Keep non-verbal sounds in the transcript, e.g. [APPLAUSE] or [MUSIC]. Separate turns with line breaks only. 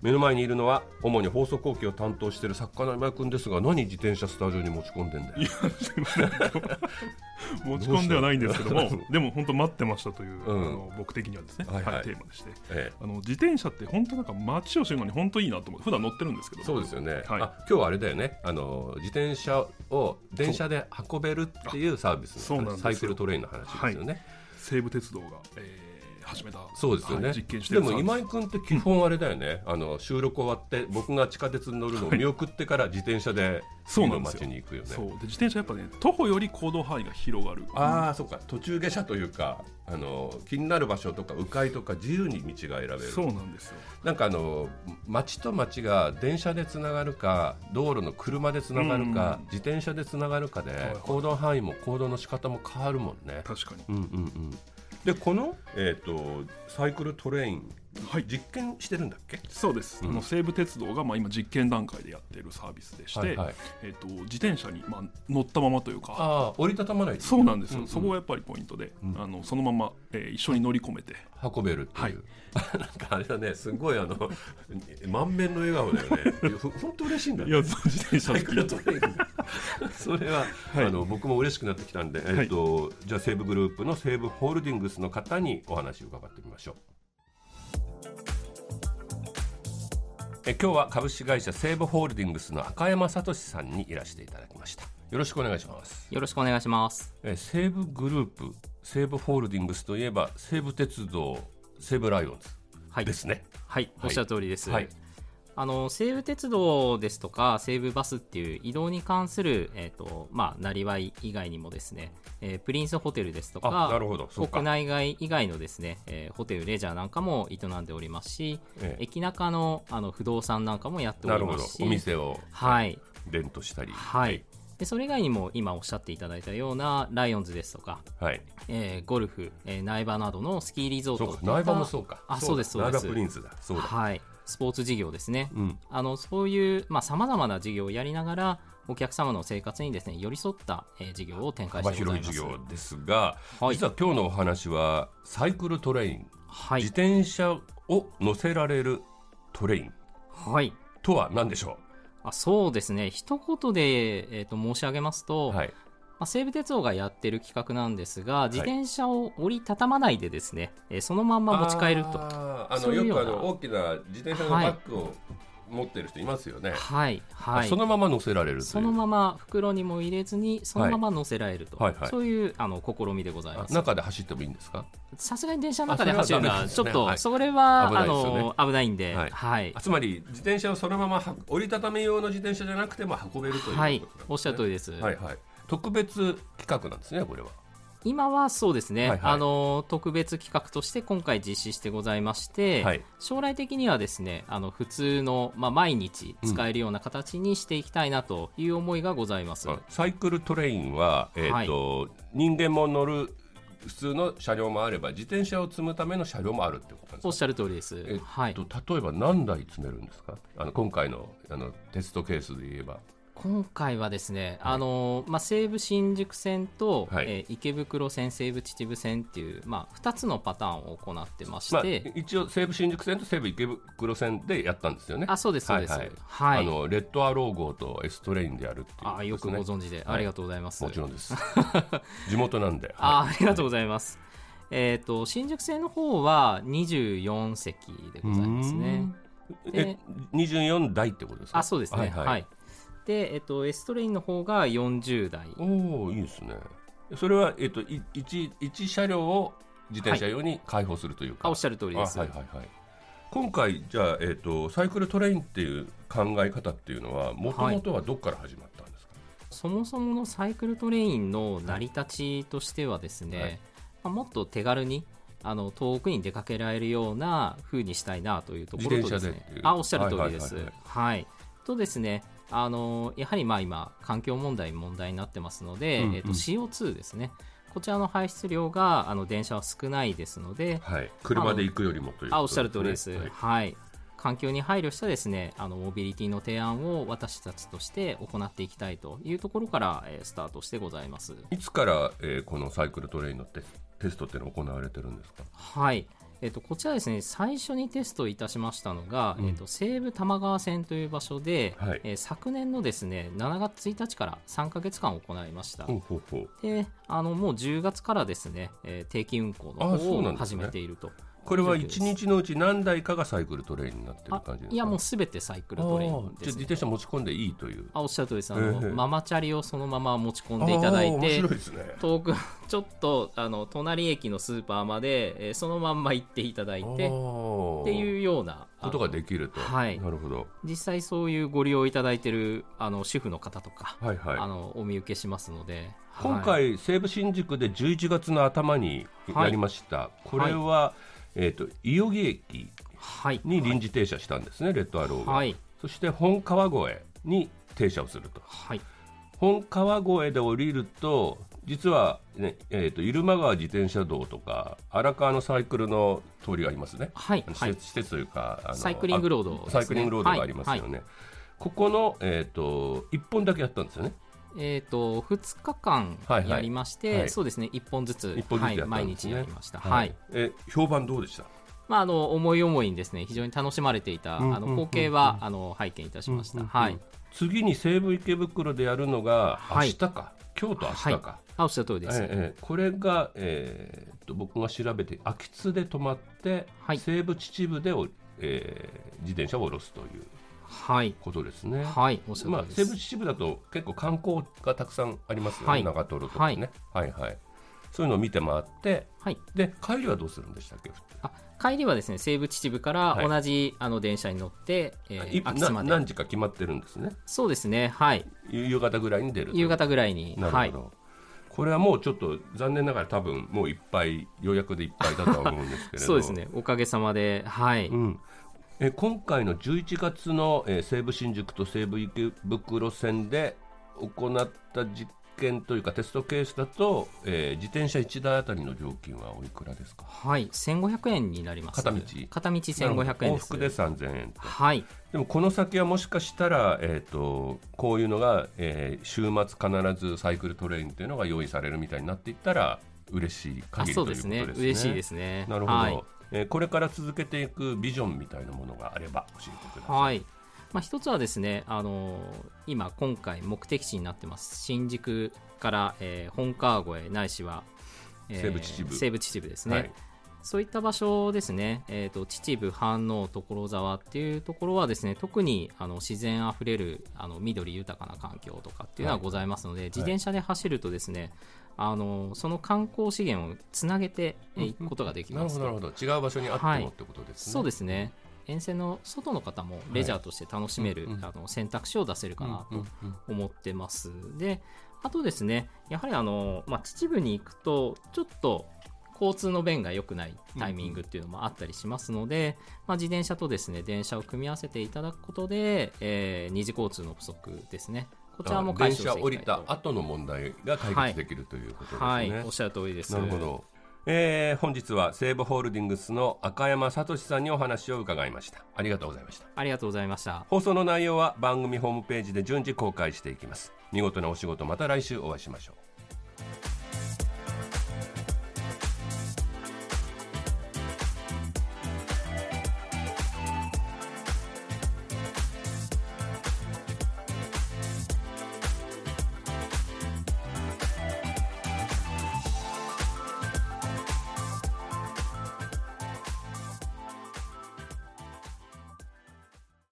目の前にいるのは主に放送後期を担当している作家の今井君ですが何自転車スタジオに持ち込んでんだよ
いや、すいません。持ち込んではないんですけども
どうし、 [LAUGHS]
でも本当待ってましたという、
うん
あの僕的にはですね、
はいはい
はいテーマでして。
え
あの自転車って本当なんか街を知るのに本当いいなと思って普段乗ってるんですけど
え、そうですよね、
はい
あ今日はあれだよねあの自転車を電車で運べるっていうサービス
そう
の
なんです
サ
よ
イクルトレインの話ですよね、
西武鉄道が、えー始めた
そうですよね、
はい実験して
で
るサ
も
ービス
今井君って基本あれだよね、あの収録終わって僕が地下鉄に乗るのを見送ってから自転車で
そう
次
な
の
んですよ
街に行くよね
そうで自転車やっぱね徒歩より行動範囲が広がる
ああそうか途中下車というかあの気になる場所とか迂回とか自由に道が選べる
そうなんですよ
なんかあの町と町が電車でつながるか道路の車でつながるか、
うん
自転車でつながるかで、
はい
行動範囲も行動の仕方も変わるもんね。
確かに
うんうんうん、でこの、えー、とサイクルトレイン、
はい
実験してるんだっけ
そうです、
うん
あの西武鉄道がまあ今実験段階でやっているサービスでして、
はいはい、
えっと自転車にまあ乗ったままというか
ああ折りたたまないで
そうなんですよ、
うんうん
そこがやっぱりポイントで、
うん
あのそのまま、えー一緒に乗り込めて、
運べるっていう、
はい
[LAUGHS] なんかあれだねすごいあの [LAUGHS] 満面の笑顔だよねいや [LAUGHS] ほ本当嬉しいんだね
いやそう自転車
サイ
好
ク
きだ
ル
と
トレインそれは、
はい
あの僕も嬉しくなってきたんで、えっとじゃあ西武グループの西武ホールディングスの方にお話を伺ってみましょう。え今日は株式会社西武ホールディングスの赤山聡さんにいらしていただきました。よろしくお願いします。
よろしくお願いします。
え西武グループ西武ホールディングスといえば西武鉄道西武ライオン
はい
ズですね。
はい、おっしゃる通りです。
はい
あの西武鉄道ですとか西武バスっていう移動に関する、えーとまあ、なりわい以外にもですね、えープリンスホテルですと
あな
か
るほどそうか
国内外以外のですね、えーホテルレジャーなんかも営んでおりますし、
ええ
駅中のあの不動産なんかもやってお
な
り
るほ
ま
ど
すし
お店を
はい、
レントしたり
はい、でそれ以外にも今おっしゃっていただいたようなライオンズですとか、
はい
えーゴルフ、えー苗場などのスキーリゾー
そ
ト
うか
とか
苗場もそうか
あそうですそうで
苗
す
場プリンスだそうだ
はい、スポーツ事業ですね、
うん
あのそういうさまざ、まな事業をやりながらお客様の生活にですね寄り添った、えー事業を展開
幅
してござ
広
い
い
ます
事業ですが、
はい
実は今日のお話はサイクルトレイン、
は
自
い、
転車を乗せられるトレイン
はい、
とは何でしょ
あそうですね一言で、えー、と申し上げます
う、
と、
はい、
まあ、西武鉄道がやってる企画なんですが自転車を折りたたまないでですね、えーそのまんま持ち帰ると
あーあ
そ
の
ういう
よ
よう
くあ
な
の大きな自転車のバッグを持ってる人いますよね、
はいはい
そのまま乗せられるという
そのまま袋にも入れずにそのまま乗せられると、
はいはいはい
そういうあの試みでございます
あ中で走ってもいいんですか
さすがに電車の中で走るの
あ
はち
そ
ょっ
れは
と
ダ
それは
危ないで
あ
すよね
の危ないんで、
は
はいい、
あつまり自転車をそのままは折りたたみ用の自転車じゃなくても運べるということ
はいおっしゃる通
り
りです。
はいはい、特別企画なんですねこれは
今はそうですね、
はいはい
あの特別企画として今回実施してございまして、
はい
将来的にはですね、あの普通のまあ毎日使えるような形にしていきたいなという思いがございます。
あサイクルトレインは、えーと人間も乗る普通の車両もあれば自転車を積むための車両もあるってことなん
お
で
っ
す
しゃる通りです。
か、
は
えっ
い。
と例えば何台積めるんですかあの今回のあのテストケースで言えば
今回はですね、あのまあ、西武新宿線と、
はい
えー池袋線、西武秩父線っていう、まあ、2つのパターンを行ってまして、
まあ、一応西武新宿線と西武池袋線でやったんですよね
あそうですそうです
はいはい
はい
あのレッドアロー号と S トレインでやるっていうことですね、
あよくご存知で、ありがとうございます。
もちろんです
[LAUGHS]
地元なんで、
あ
はい
ありがとうございます。えっ、と新宿線の方は24席でございますね。
え24台ってことですか
あそうですね。はい、
はい、
でえっ、とエストレインの方が40台。
おおいいですねそれは、えっと、い一一車両を自転車用に開放するというか、
あおっしゃる通りです。
あはいはいはい今回じゃあ、えっと、サイクルトレインっていう考え方っていうのはもともとはどっから始まったんですか、
そもそものサイクルトレインの成り立ちとしてはですね、
はい
まあ、もっと手軽にあの遠くに出かけられるような風にしたいなというところと
自転
です
車
ね
でっていう
あおっしゃる通りです。
は
はいい
はい
とですねあのやはりまあ今環境問題問題になってますので、
うんうん
えっと CO2 ですねこちらの排出量があの電車は少ないですので、
はい、車で行くよりもということですね、
あおっしゃる通りです、
はい
はい、環境に配慮したですねあのモビリティの提案を私たちとして行っていきたいというところから、えースタートしてございます。
いつから、えーこのサイクルトレインのテテストっていうのは行われてるんですか
はいえっとこちらですね最初にテストいたしましたのが、
うん
えっと西武多摩川線という場所で、
はい
えー昨年のですね7月1日から3か月間行いました、
ほうほうほう
であのもう10月からですね、えー定期運行の
あそ
方
うなんです
を始
ね
めていると
これは
いう状況です
1日のうち何台かがサイクルトレインになってる感じですか
あいやもうすべてサイクルトレイン
あーじゃ
で
あ
す、
自
ね、
転車持ち込んでいいという
あおっしゃる通りですあの、
ええ
ママチャリをそのまま持ち込んでいただい
あー面
て
白いですね
遠く [LAUGHS] ちょっとあの隣駅のスーパーまで、えーそのまんま行っていただいて
っ
っていううようなあの
ことができると
はい
なるほど
実際そういうご利用いただいてるあの主婦の方とか、
はいはい
あのお見受けしますので
今
はい
回、西武新宿で11月の頭にやりました、これは、えー、と伊予木駅
はい
に臨時停車したんですね、レッドアローが、
はい
そして本川越に停車をすると
はい
本川越で降りると実は、ねえー、と入間川自転車道とか荒川のサイクルの通りがありますね、
はい
あの施
はい
設施設というかあの
サイクリングロードですね
サイクリングロードがありますよね、
はい
ここの、えー、と1本だけやったんですよね
えー、と2日間
はいはい
やりまして、
はい
そうですね1本ずつ
一本ずつやった
はい、
ん
毎
です
日
ね
やりました、はい
え評判どうでした
まあ、あの思い思いにですね非常に楽しまれていた、
うん
あの
うん
光景は、あの拝見いたしました、
うんうんうん
はい
次に西武池袋でやるのが明
はい
日か、今日と明日か、
あおっしゃる通りです、
ええええこれが、えーっと僕が調べて空き津で止まって、
はい
西武秩父でお、えー自転車を下ろすという
はい
ことですね。
はいおっしゃ
ま
る
あ、
通りで
西
す、
武秩父だと結構観光がたくさんありますよね、
はい
長瀞とかね、はいはいそういうのを見て回って
はい
で帰りはどうするんでしたっけ、
あ帰りはですね西武秩父から同じ、あの電車に乗って、えー
い
秋津
な
まで
何時か決まってるんですね
そうですねはい
夕夕方ぐらいに出るという
夕方ぐらいに
なるほど、
はい
これはもうちょっと残念ながら多分もういっぱい予約でいっぱいだとは思うんですけれど
[LAUGHS] そうですねおかげさまではい、
うん、え今回の11月の、えー西武新宿と西武池袋線で行った実験というかテストケースだと、えー自転車1台あたりの料金はおいくらですか
はい1500円になります
片道
片道1500円
往
です
復で3000円と
はい
でもこの先はもしかしたら、えー、とこういうのが、えー週末必ずサイクルトレインというのが用意されるみたいになっていったら嬉しい
あ
限り
そ
といううことで
で
すすね
ね嬉しいですね
なるほど、
はい
えーこれから続けていくビジョンみたいなものがあれば教えてください。
はいまあ、一つはですね、あの今、今回、目的地になってます、新宿から、えー本川越ないしは、えー
西武秩父
西武秩父ですね、
はい
そういった場所ですね、えーと秩父、飯能、所沢っていうところはですね、特にあの自然あふれるあの緑豊かな環境とかっていうのは
はい
ございますので、自転車で走るとですね、あのその観光資源をつなげてえいくことができ
な
ま
る
す
ほ
と
どなるほど違う場所にあって
はい
もってことですね。
そうですね沿線の外の方もレジャーとして楽しめる、
はいうんうん
あの選択肢を出せるかな
うんうん
と
うん
思ってます、であとですねやはりあの、まあ、秩父に行くとちょっと交通の便が良くないタイミングっていうのもあったりしますので、まあ、自転車とですね電車を組み合わせていただくことで、えー二次交通の不足ですねこちらも解
電
消してい
車
きたい
降りた
と
後の問題が解決できるということですね。
はい、おっしゃる通りです
なるほど。えー本日は西武ホールディングスの赤山聡さんにお話を伺いました。ありがとうございました。
ありがとうございました
放送の内容は番組ホームページで順次公開していきます。見事なお仕事また来週お会いしましょう。